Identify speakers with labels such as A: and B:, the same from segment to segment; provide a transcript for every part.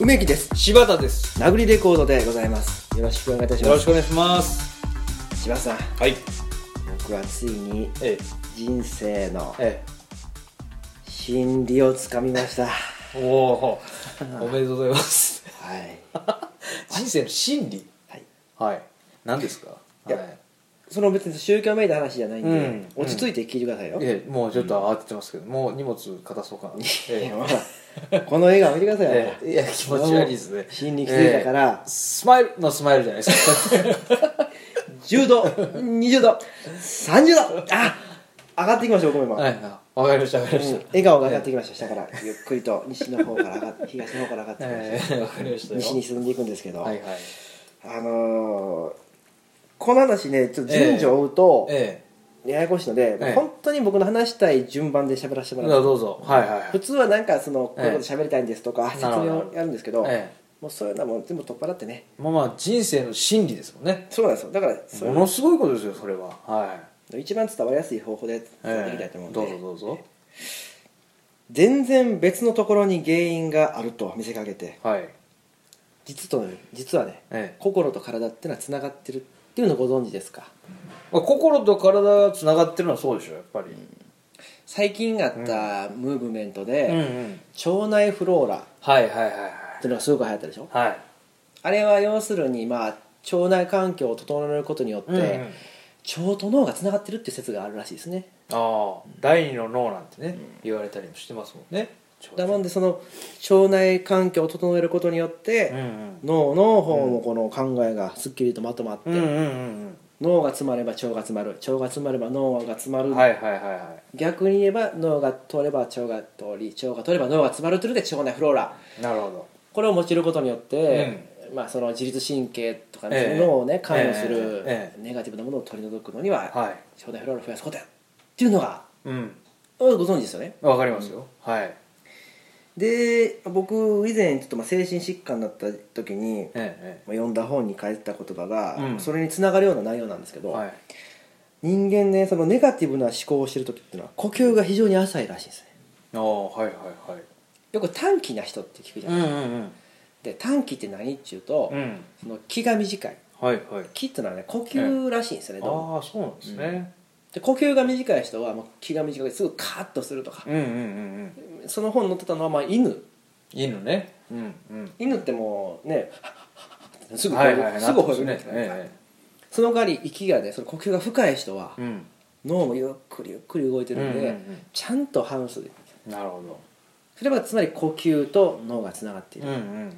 A: 梅木です。
B: 柴田です。
A: 殴りレコードでございます。よろしくお願いいたし
B: よ
A: ま
B: ろし
A: す。
B: くお願いします。
A: 柴田さん、
B: はい。
A: 僕はついに
B: え
A: 人生の
B: え。え
A: 真理をつかみま した。は
B: え。おお。 おめでとうございます。
A: い。
B: 人生の真理。
A: はい。
B: はい。何ですか。
A: いや
B: はい
A: その別に宗教めいた話じゃないんで、
B: うん
A: 落ち着いて聞いてくださいよ。
B: ええ、もうちょっと慌ててますけど、もう荷物片そうかな。
A: い
B: え
A: やほら この笑顔見てくださいよ。
B: え。ええいや、気持ち悪いですね。
A: 心理気づいたか
B: え
A: ら
B: え。、スマイルのスマイルじゃないです か。
A: 10度、20度、30度、あ上がってきました、僕も今。
B: はい。あわかりました。わかりま
A: うん
B: した。
A: 笑顔が上がってきました、下から。ゆっくりと西の方から上がって、東の方から上がってきました。
B: ええ、わかりましたよ。
A: 西に進んでいくんですけど、
B: はいはい。
A: あのーこの話ねちょっと順序を追うと
B: え
A: ややこしいので、
B: ええ
A: 本当に僕の話したい順番で喋らせて
B: え。
A: も
B: じ
A: ら
B: ゃあ
A: う
B: どうぞ。はいはい
A: 普。通はなんかその、こ
B: ええ
A: ういうこと喋りたいんですとか説
B: なるほど
A: 明をやるんですけど
B: ええ。
A: もうそういうのはもう全部取っ払ってね
B: まあまあ、人生の真理ですもんね。
A: そうなんですよだからそうい
B: も
A: う
B: のすごいことですよ、それは。はい。
A: の一番伝わりやすい方法で伝えていきたいと思うんで、
B: どうぞどうぞ
A: 全然別のところに原因があると見せかけて
B: はい
A: 実と実はね
B: ええ
A: 心と体ってのはつながってるっていうのをご存知ですか
B: まあ心と体がつながってるのはそうでしょやっぱり
A: 最近あったムーブメントで、
B: うん
A: 腸内フローラ
B: はいはいはい
A: っていうのがすごく流行ったでしょ
B: はい
A: あれは要するにまあ腸内環境を整えることによって、
B: うんうん
A: 腸と脳がつながってるっていう説があるらしいですね
B: ああ第二の脳なんてね言われたりもしてますもんね
A: だもんでその腸内環境を整えることによっ
B: うん
A: て、
B: うん
A: 脳の方もこの考えがすっきりとまとまって、
B: うんうん
A: 脳が詰まれば腸が詰まる腸が詰まれば脳が詰ま
B: う
A: る、
B: んはいはいはいは
A: 逆に言えば脳が通れば腸が通り腸が通れば脳が詰まるというので腸内フローラ
B: いなるほど
A: これを用いることによって、まあ、その自律神経とか、ね
B: ええ
A: 脳をね関与す
B: え
A: る
B: ええ
A: ネガティブなものを取り除くのには
B: はい
A: 腸内フローラを増やすことやっていうのが
B: うん
A: ご存知ですよね
B: わかりますよはい
A: で僕以前ちょっとまあ精神疾患だった時にまあ
B: え
A: 読んだ本に書いてた言葉が、
B: うん
A: それにつながるような内容なんですけ
B: え
A: ど、
B: はい
A: 人間ねそのネガティブな思考をしてる時っていうのは呼吸が非常に浅いらしいですね
B: ああはいはいはい
A: よく短気な人って聞くじゃ
B: う
A: なんい、
B: うん
A: で短気って何っていうと、
B: うんうん
A: その気が短い
B: はいはい
A: 気っていうのはね呼吸らしいんですよね、どうも
B: ああそうなんですね
A: で呼吸が短い人はもう気が短くてすぐカーッとするとか
B: うんうんうんうん
A: その本に載ってたのはまあ犬
B: 犬ねうんうん
A: 犬ってもうねハッハッハッってすぐ吠
B: は
A: え
B: い
A: る、
B: はいはい
A: すぐ吠える
B: なって
A: じゃな
B: ます
A: い
B: ね
A: ですか
B: え
A: その代わり息がねその呼吸が深い人は
B: えうん
A: 脳もゆっくりゆっくり動いてるんで、
B: うんうんうん
A: ちゃんと反応する
B: なるほど
A: それはつまり呼吸と脳がつながっている、
B: うんうん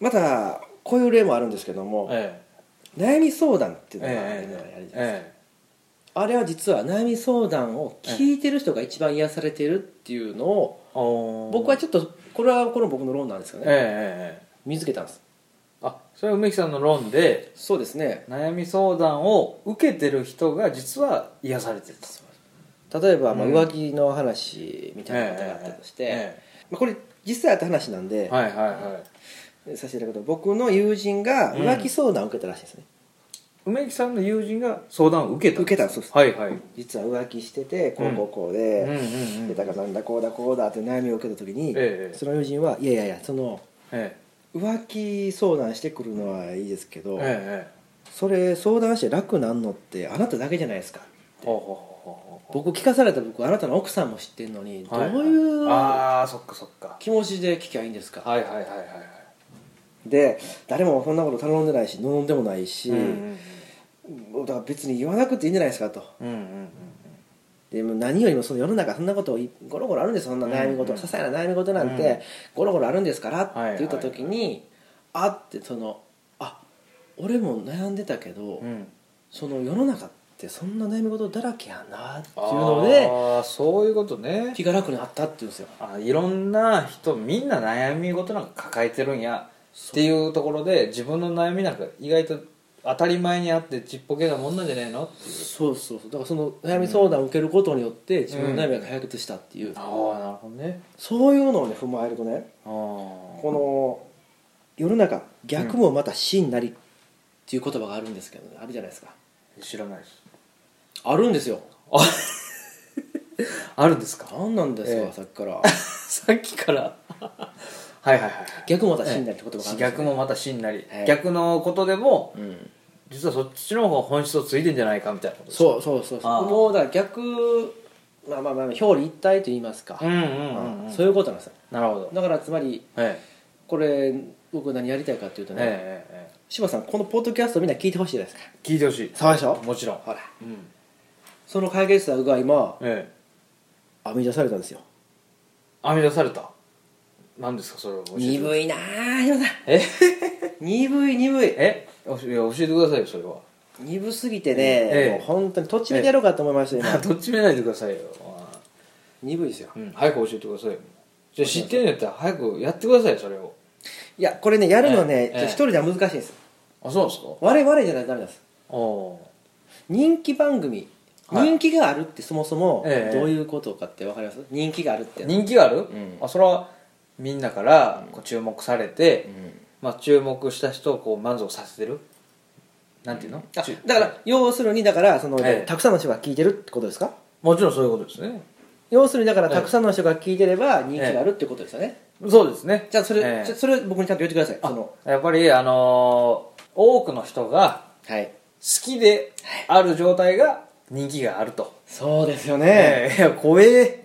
A: またこういう例もあるんですけど
B: うん
A: も、
B: え
A: 悩み相談ってい
B: え
A: うのがあるじゃない
B: え
A: ですか、
B: え
A: あれは実は悩み相談を聞いてる人が一番癒されてるっていうのを僕
B: 僕
A: はちょっとこれはこの僕の論なんですけどね、
B: ええええ
A: 見つけたんです
B: あそれは梅木さんの論で
A: そうですね
B: 悩み相談を受けてる人が実は癒されてると
A: 例えば、まあ、
B: うん
A: 浮気の話みたいなことがあったとして、まあ、これ実際あった話なんで、
B: えはいはいはい
A: させていただくと僕の友人が浮気相談を受けたらしいですね、
B: 梅木さんの友人が相談を受けた
A: 受けたそうです
B: はいはいうん
A: 実は浮気しててこうこうこう
B: うん
A: で、
B: うん
A: でだからなんだこうだこうだって悩みを受けた時に、
B: ええ
A: その友人はいやいやいやその
B: え
A: 浮気相談してくるのはいいですけ
B: え
A: ど、
B: ええ
A: それ相談して楽なんのってあなただけじゃないですか
B: ほうほうほうほうほう
A: 僕聞かされた僕あなたの奥さんも知ってんのにどう
B: はい
A: いう
B: ああそっかそっか
A: 気持ちで聞きゃいいんですか、
B: はいはいはいはいはい
A: で誰もそんなこと頼んでないし望んでもないし、
B: うん
A: だから別に言わなくていいんじゃないですかと
B: うんうんうん
A: でもう何よりもその世の中そんなこといゴロゴロあるんですそんな悩み事、
B: うんうん
A: 些細な悩み事なん
B: うん
A: てゴロゴロあるんですからって
B: はいはい
A: 言った時に、あってそのあ俺も悩んでたけど、
B: うんうん
A: その世の中ってそんな悩み事だらけやなっていうので
B: ああそういうことね
A: 気が楽になったって言うんですよ
B: あいろんな人みんな悩み事なんか抱えてるんやっていうところで自分の悩みなんか意外と当たり前にあってちっぽけなもんなんじゃねえのっていう
A: そうそうそうだからその悩み相談を受けることによって自分の悩みが解決したっていう、
B: ああなるほどね
A: そういうのをね踏まえるとね
B: あ
A: この世の中逆もまた真なりっていう言葉があるんですけど、あるじゃないですか
B: の知らない です
A: あるんですよ
B: あるんですか
A: 何なんですか、
B: ええ
A: さっきから
B: さっきからはいはいはい
A: 逆もまた真なりって言葉があるんですよ
B: 逆もまた真なり、
A: ええ
B: 逆のことでも
A: うん、
B: 実はそっちの方が本質をついてんじゃないかみたいなことです
A: そうそうそう
B: ああ
A: そうもうだから逆まあまあまあ表裏一体と言いますか、
B: うんうんうん、うん、
A: そういうことなんですよ
B: なるほど
A: だからつまり
B: え
A: これ僕何やりたいかっていうと
B: ええ
A: ね、
B: えええ
A: 柴田さんこのポッドキャストみんな聞いてほしいじゃないですか
B: え聞いてほしい
A: そうでしょ
B: もちろん、
A: ほら
B: うん
A: その解決策が今
B: ええ、
A: 編み出されたんですよ
B: 編み出された何ですかそれを教えて
A: 鈍いなあひろさん
B: え
A: 鈍い鈍い
B: えおしいや教えてくださいよそれは
A: 鈍すぎて
B: ええ
A: ねもう本当にとっちめてやろうかと思いました今
B: どっちめないでくださいよ、
A: 鈍いですよ
B: うん、早く教えてくださいよじゃあ知ってるんやったら早くやってくださいよそれを
A: いやこれねやるのは
B: え
A: ねち
B: え
A: ょっと一人では難しいんです
B: あそうなんですか
A: 我々じゃないとダメなんです
B: おお
A: 人気番組
B: はい
A: 人気があるってそもそも
B: ええ
A: どういうことかって分かります人気があるって
B: 人気がある、
A: ん
B: あそれはみんなからこう注目されて、
A: うん
B: まあ、注目した人をこう満足させてるなんていうの
A: あ
B: ち
A: だから要するにだからその
B: ええ
A: たくさんの人が聞いてるってことですか
B: もちろんそういうことですね
A: 要するにだからたくさんの人が聞いてれば人気があるってことですよね
B: そうですね
A: じゃあそれ、
B: ええ
A: ちょそれ僕にちゃんと言ってくださいその
B: やっぱりあのー多くの人が
A: はい
B: 好きである状態が人気があると、
A: そうですよ
B: ええいや怖え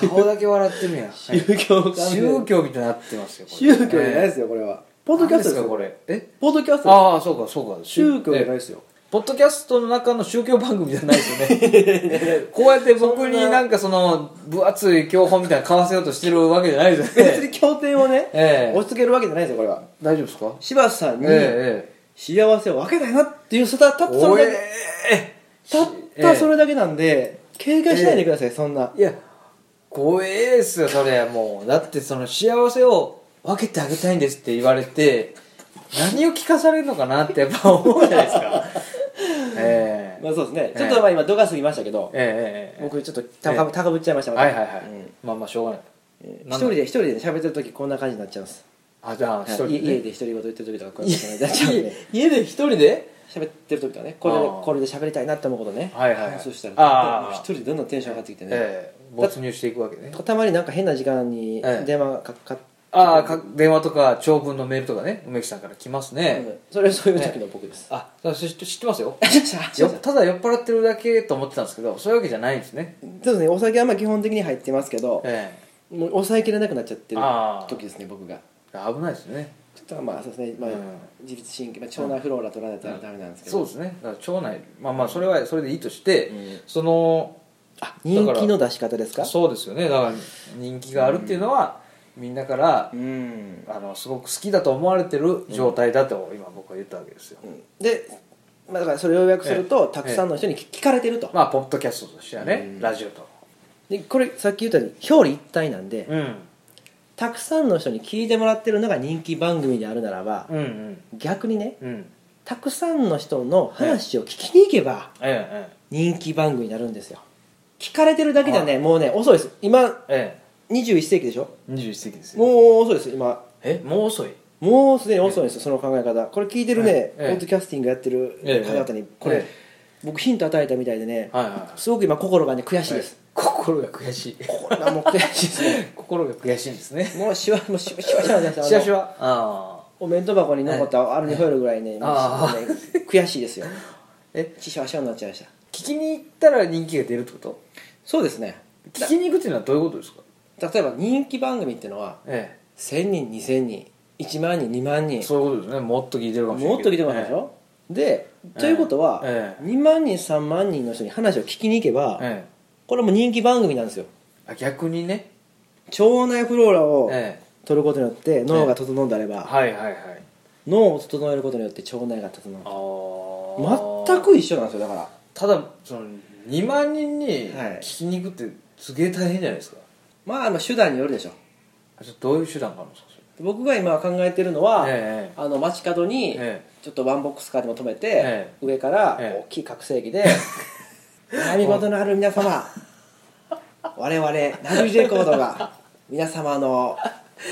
B: 顔だけ笑って るや ん
A: 宗教関係
B: 宗教みたいになってますよこれ
A: 宗教じゃないですよこれはポッドキャストです
B: 何
A: よ
B: これえ
A: ポッドキャストです
B: ああそうかそうか
A: 宗教じゃない
B: え
A: ですよ
B: ポッドキャストの中の宗教番組じゃないです よねこうやって僕になんかその分厚い教本みたいなの買わせようとしてるわけじゃないですよ
A: 別
B: ね
A: に経典をね
B: ええ
A: 押し付けるわけじゃないですよこれは
B: 大丈夫ですか
A: 柴田さんに
B: え
A: 幸せを分けないなっていうそたた
B: え
A: ったそ
B: お
A: れ
B: え
A: だけたったそれだけなんで警戒しないでくださいそんない
B: や怖えですよそれもうだってその幸せを分けてあげたいんですって言われて何を聞かされるのかなってやっぱ思うじゃないで すかええ
A: まあそうですね
B: ええ
A: ちょっとまあ今度が過ぎましたけど
B: えええ
A: 僕ちょっと高ぶ高ぶっちゃいました
B: え
A: また
B: はいはいはい、
A: うん
B: まあまあしょうがない
A: 一人で一人でね喋ってる時こんな感じになっちゃうんです
B: あじゃあ一人
A: はい
B: で、
A: 家
B: ね
A: 家で独り言言ってる時とかこういうことに なっちゃうんで
B: 家で一人で
A: 喋ってる時とかねこれ
B: あ
A: で
B: ー
A: これで喋りたいなって思うことね
B: はいはいはい
A: そうした
B: あ
A: ら
B: ー
A: 一人でどんどんテンション上がってきてね
B: ええ没入していくわけね
A: たまになんか変な時間に
B: ええ
A: 電話がかかっ
B: ああか電話とか長文のメールとかね梅木さんから来ます
A: て、
B: ね、
A: それはそういう時の僕です、
B: あだから知って知ってますよ
A: あ、ちょっと
B: よただ酔っ払ってるだけと思ってたんですけどそういうわけじゃないんですね
A: そうですねお酒はまあ基本的に入ってますけど、
B: え
A: もう抑えきれなくなっちゃってる
B: あー
A: 時ですね僕が
B: え危ないですね
A: ちょっとまあそうですね、まあ
B: うん
A: 自律神経、まあ、腸内フローラ取らないとダメなんですけど、
B: そうですねだから腸内まあまあそれはそれでいいとして、
A: うん
B: その
A: あ人気の出し方ですか
B: そうですよねだから人気があるっていうのは、みんなから
A: う、ん、
B: あのすごく好きだと思われてる状態だと今僕は言ったわけですよ、
A: うんで、まあ、だからそれを要約すると、
B: え
A: た
B: え
A: くさんの人に聞聞かれてると、
B: まあポッドキャストとしてはね、
A: うん
B: ラジオと
A: でこれさっき言ったように表裏一体なんで、
B: うん
A: たくさんの人に聞いてもらってるのが人気番組であるならば、
B: うんうん
A: 逆にね
B: うん
A: たくさんの人の話を聞きに行けば
B: え
A: 人気番組になるんですよ聞かれてるだけじゃね、もうね遅いです今
B: ええ
A: 21世紀でしょ
B: え21世紀です
A: もう遅いです今
B: えもう遅い
A: もうすでに遅いんですよその考え方これ聞いてるね
B: ええ
A: ポッドキャスティングやってる
B: ええ
A: 方々にこ
B: え
A: れ僕ヒント与えたみたいでね
B: はいはいはい
A: すごく今心がね悔しいです
B: 心が 悔しい
A: 心がもう悔しいですね
B: 心が悔しいんですね
A: もうしわもうしわしわしわしわしわ
B: しわしわあ
A: お弁当箱に残ったアルミホイルぐらいねもう
B: ああ
A: ね悔しいですよ
B: あえ
A: シワシワになっちゃいました
B: 聞きに行ったら人気が出るってこと
A: そうですね
B: 聞きに行くっていうのはどういうことですか
A: 例えば人気番組ってのは
B: え
A: 1000人2000人1万人2万人
B: えそういうことですねもっと聞いてるかもしれない
A: もっと聞いてもらったでしょ、でということは、
B: ええ
A: 2万人3万人の人に話を聞きに行けば、
B: えええ
A: これも人気番組なんですよ
B: えあ逆にね
A: 腸内フローラを
B: ええ
A: 取ることによって脳が整んであれば、
B: はいはいはい
A: 脳を整えることによって腸内が整
B: あ
A: う
B: ー
A: 全く一緒なんですよだから
B: ただその2万人に
A: はい
B: 聞きに行くってすげえ大変じゃないですか、
A: まああの手段によるでしょ
B: あじゃあどういう手段があるんですかそれ
A: 僕が今考えてるのは、
B: ええ
A: あの街角に
B: え
A: ちょっとワンボックスカーでも止めて、
B: え
A: 上から
B: ええ
A: 大きい拡声器で「悩み事のある皆 様我々ナビレコードが皆様の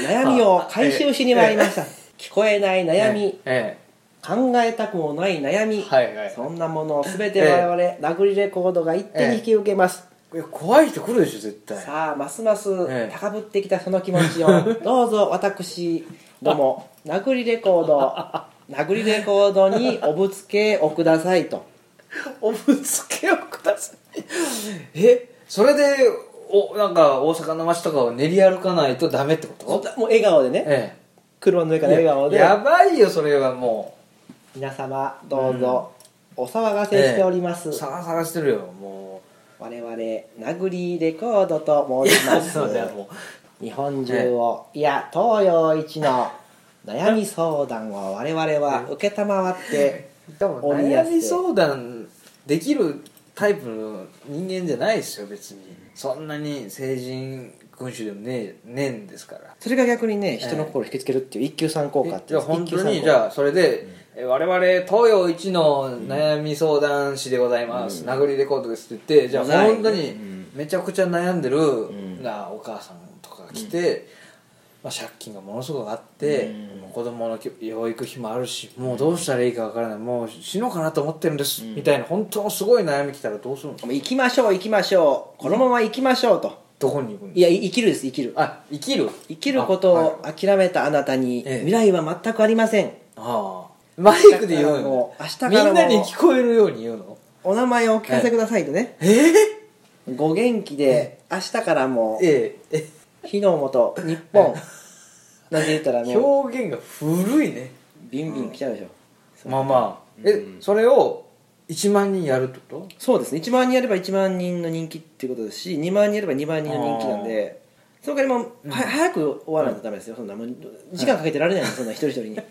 A: 悩みを回収しに参りました」聞こえない悩み、
B: え
A: 考えたくもない悩み、
B: はいはい
A: そんなものを全て我々、ラグリレコードが一手に引き受けます、
B: えいや怖い人来るでしょ絶対
A: さあますます
B: ええ
A: 高ぶってきたその気持ち をどうぞ私ども殴りレコー ド殴りレコードにおぶつけをくださいと
B: おぶつけをくださいえそれでおなんか大阪の街とかを練り歩かないとダメってこと
A: もう笑顔でね
B: え
A: 車の上
B: え
A: から笑顔で
B: やばいよそれはも
A: 皆様どうぞお騒がせしております、
B: う探探してるよも
A: 我々殴りレコードと
B: う
A: 申します
B: そうだよもう
A: 日本中を、いや東洋一の悩み相談を我々は承って
B: でも
A: 鬼安
B: 悩み相談できるタイプの人間じゃないですよ別にそんなに成人君主でもねえねえんですから
A: それが逆にね人の心を引きつけるっていう一級三効果って
B: じゃ
A: いう
B: あ本当
A: 一級三
B: に
A: 効
B: じゃあそれで、え我々東洋一の悩み相談師でございます、殴りレコードですって言ってじゃあ
A: ない
B: 本当にめちゃくちゃ悩んでる、なお母さんとかが来て、まあ、借金がものすごくあって、もう子供の養育費もあるしもうどうしたらいいかわからないもう死のうかなと思ってるんです、みたいな本当のすごい悩み来たらどうするんですか
A: 行きましょう行きましょうこのまま行きましょうと、
B: どこに行くん
A: い
B: です
A: やい生きるです生きる
B: かあ生きる
A: 生きること
B: あ,、はい
A: を諦めたあなたに
B: ええ
A: 未来は全くありません、
B: ああマイクで言うの
A: 明日からも
B: みんなに聞こえるように言うの
A: お名前をお聞かせくださいとね、
B: ええ
A: ご元気で明日からも
B: ええ
A: 火の元日本なんて言 ったら
B: え
A: もう
B: 表現が古いね
A: ビンビン来ちゃうでしょ、
B: まあまあえそれを1万人やるってこ
A: そうですね1万人やれば1万人の人気っていうことですし2万人やれば2万人の人気なんでその代わりもうは早く終わらないとダメですよそんなもう時間かけてられないんですそんな一人一人に
B: と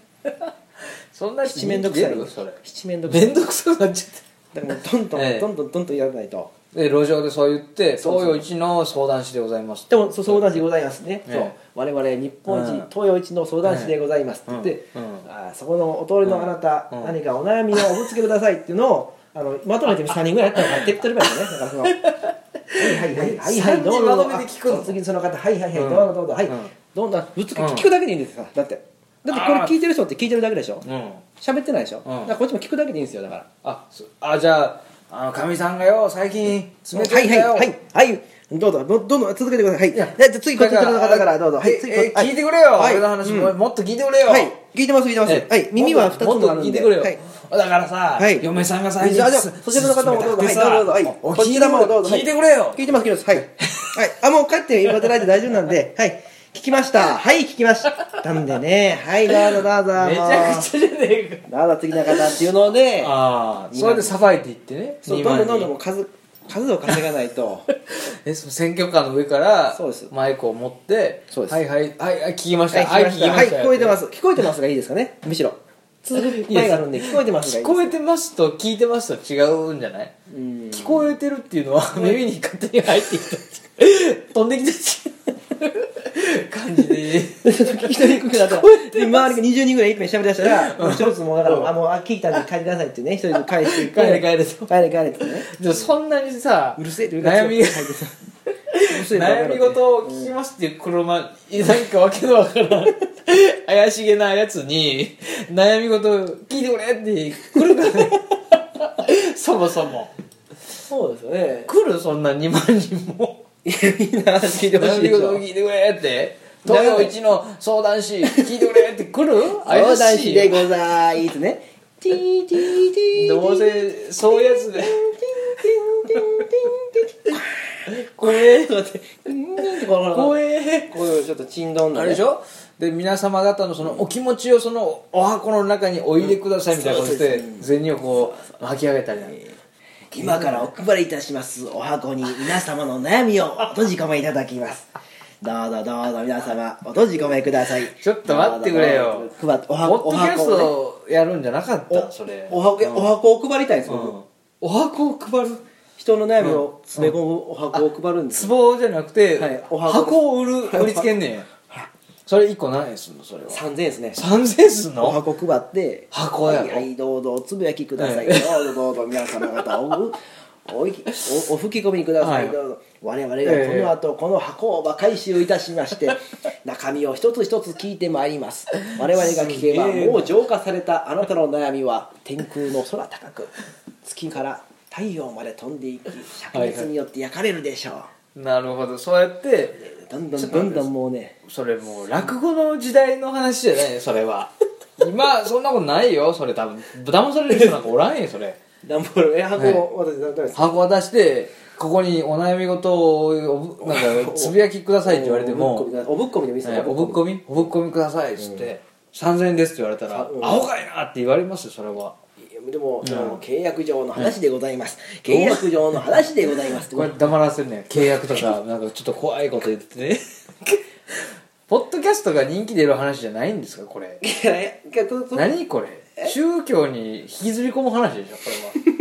B: そんな
A: 七面倒くさい
B: 人気出るそれ
A: 七面倒くさい
B: 面倒くさくなっちゃっ
A: だからもうどんどん、
B: ええ
A: どんどんどんどんやらないと
B: てで路上でそう言って東
A: そうそう
B: 洋一の相談師でございます
A: でもそう相談師でございますね、
B: ええ
A: そう我々日本一、
B: うん
A: 東洋一の相談師でございますって言って、
B: うんうん
A: あーそこのお通りのあなた、
B: うん
A: 何かお悩みをおぶつけくださいっていうのをあのまとめて3人ぐらいやったら手っ取り早いねだから そのはいはいはいはいはいどうぞ
B: 三人まとめて聞くの
A: あ次にその方はいはいはい、
B: うん
A: どうぞどうぞはい、
B: うん
A: どんどんぶつけ
B: うん
A: 聞くだけでいいんですよだってだってこれ
B: あー
A: 聞いてる人って聞いてるだけでしょ
B: うん
A: 喋ってないでしょ、
B: うん
A: だからこっちも聞くだけでいいんですよだから
B: あそあじゃああのかみさんがよ最近
A: は
B: 冷
A: い
B: た
A: はい
B: ん
A: い
B: だよ
A: はいはいどうぞどどんどん続けてくださいはい
B: いや
A: じゃあ次こっちの方からどうぞはい
B: え
A: 次
B: え
A: こっち
B: 聞いてくれよ
A: はい
B: 俺の話も
A: うん
B: もっと聞いてくれよ
A: はい聞いてます聞いてます
B: え
A: はい耳は2つ
B: もっと
A: もあるん
B: 聞い
A: で
B: てくれよ、
A: はい
B: だからさ、
A: はい
B: 嫁さんが最近
A: じゃあじゃあそちらの方もどうぞ
B: 冷たくてさ
A: はいどうぞはい
B: お
A: こ
B: 聞い
A: ち
B: て
A: らもどうぞ
B: 聞いてくれよ、
A: 聞いてます聞いてますはいはいあもう帰って言わせないで大丈夫なん ではい聞きましたはい聞きましたんでねはいどうぞどうぞ
B: めちゃくちゃじゃねえか
A: もうどうぞ次の方っていうので
B: ああそれでさばいていってね
A: そう
B: 二
A: どん
B: 万
A: どんど
B: 人
A: んどんもう数数を稼がないと
B: えその選挙カーの上から
A: そうです
B: マイクを持って
A: そうです
B: はいはいはい はい聞きました
A: はい聞きましたはい聞こえてますす聞こえてますがいいですかねむしろ続く前があるんで聞こえてますがいいです
B: 聞こえてますと聞いてますと違うんじゃない
A: うん
B: 聞こえてるっていうのは耳に勝手に入ってきたっ て飛んできたって感じで
A: 聞き取りにくくなったらで周りが20人ぐらい一遍喋りだしたらもう一つもうだか
B: うん
A: ら「あもうあ聞いたんで帰りなさい」ってね一人で返していっ
B: 帰れ
A: て
B: 帰れ
A: 帰
B: と
A: れ帰れってね
B: でもそんなにさ
A: うるせえ
B: 悩み
A: うるせえ
B: 悩み事を聞きますっていう車、いやなんかわけのわ からん怪しげなやつに悩み事聞いてくれって来るかね そもそも
A: そうですよね
B: 来るそんな2万人 も
A: みんな話聞いてほし
B: 悩
A: いで
B: み
A: し
B: 事
A: ょ
B: 聞いてくれって東洋一の相談師聞いてくれって来る
A: 相
B: 怪
A: 談
B: し
A: 師
B: い
A: でございますねティーティーティー
B: どうせそういうやつで
A: 怖えとかってうんってこのこ
B: 怖え
A: ういうちょっとちんどんの
B: あ
A: ね
B: れでしょで皆様方のそのお気持ちをそのお箱の中にお入れくださいみたいなことして銭をこう巻き上げたりなんか
A: 今からお配りいたしますお箱に皆様の悩みをお閉じ込めいただきますどうぞどうぞ皆様お閉じ込めください
B: ちょっと待ってくれよ
A: どうぞどうぞ配っお
B: ポ
A: 箱
B: ッ
A: お
B: ドキャス
A: 箱をね
B: トやるんじゃなかっ
A: お
B: たそれ
A: お箱お箱を配りたいんです僕
B: うんお箱を配る
A: 人の悩みを詰め込むお箱を配るんです
B: 壺じゃなくて
A: はいお箱
B: 箱を売る売りつけんねんそれ1個何円すんのそれは
A: 3000円ですね
B: 3000円すん
A: お
B: の
A: 箱配って
B: 箱や
A: は
B: ろ
A: いはいどうぞおつぶやきください、
B: は
A: どうぞどうぞ皆様方おおいおお吹き込みください、
B: はい
A: どうぞ我々が
B: ええ
A: この後この箱をば回収いたしま して中身を一つ一つ聞いてまいります我々が聞けば
B: すげえな
A: もう浄化されたあなたの悩みは天空の空高く月から太陽まで飛んでいき灼熱によって焼かれるでしょう、
B: なるほどそうやって
A: どんどんどんどんもうね
B: それもう落語の時代の話じゃないよそ れは今そんなことないよそれ多分騙される人なんかおらんよそれ
A: 段ボールえ箱
B: はい
A: を私何回です
B: 箱渡してここにお悩み事をおなんかつぶやきくださいって言われても
A: おぶっこみで見せ
B: えーおぶっこみおぶっこみくださいっつって、3000円ですって言われたら、
A: うん
B: アホかいなって言われますよそれは
A: でも、あの契約上の話でございます、契約上の話でございます
B: これ黙らせるね 契約とかなんかちょっと怖いこと言って ねポッドキャストが人気出る話じゃないんですかこれ
A: いやいやそそ
B: 何これ宗教に引きずり込む話でしょこれは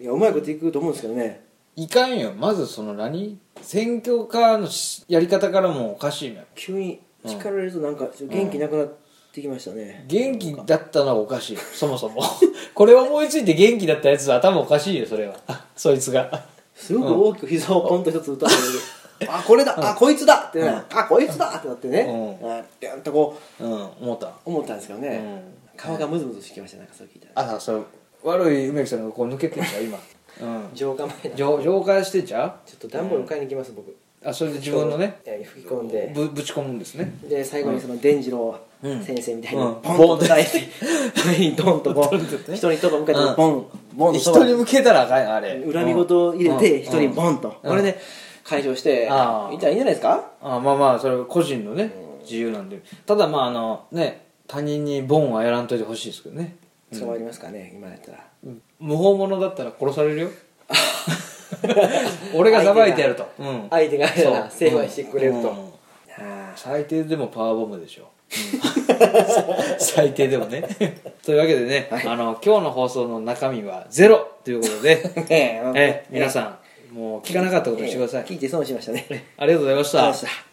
A: いやうまいこといくと思うんですけどね
B: いかんよまずその何選挙カーのしやり方からもおかしいのよ
A: 急に力入れるとなんかちょっと元気なくなってきましたね、
B: 元気だったのはおかしいそもそ もこれ思いついて元気だったやつは頭おかしいよそれはそいつが
A: すごく大きく膝をポンと一つ打たれて、あこれだ、あこいつだってね、あこいつだってなってね、
B: う
A: あってやんとこ
B: うん思った
A: う思ったんですけどね、顔がムズムズしてきましたなんかそう聞いたら
B: あそう悪い梅木さんがこう抜けてんじゃん今うん
A: 浄化前だちょ
B: 浄浄化してんじゃ
A: っと段ボール買いに行きます僕
B: うあそれで自分のね
A: えー吹き込んで
B: ぶぶち込むんですね
A: で最後にその伝次郎先生みたいに
B: うん
A: ポンと叩いて 上にドンと ボン人にとこ向けてボンボンと
B: 人に向けたらあかんよあれ
A: 恨み事を入れ
B: うん
A: て人にボンと
B: うん
A: これで解消してい
B: ああ
A: ったらいいんじゃないですか
B: あまあまあそれは個人のね自由なんでただまああのね他人にボンはやらんといてほしいですけどね
A: 捕まりますかね今だったら
B: 無法者だったら殺されるよ 俺がさばいてやるとうん
A: 相手が
B: そう
A: 成敗してくれる
B: う
A: と
B: ん
A: ああ
B: 最低でもパワーボムで しょ、最低でもねというわけでね、
A: はい、
B: あの今日の放送の中身はゼロということ で
A: ええ
B: え皆さんもう聞かなかったことにしてください、
A: ええ聞いて損しましたね
B: ありがとうございました
A: そうでした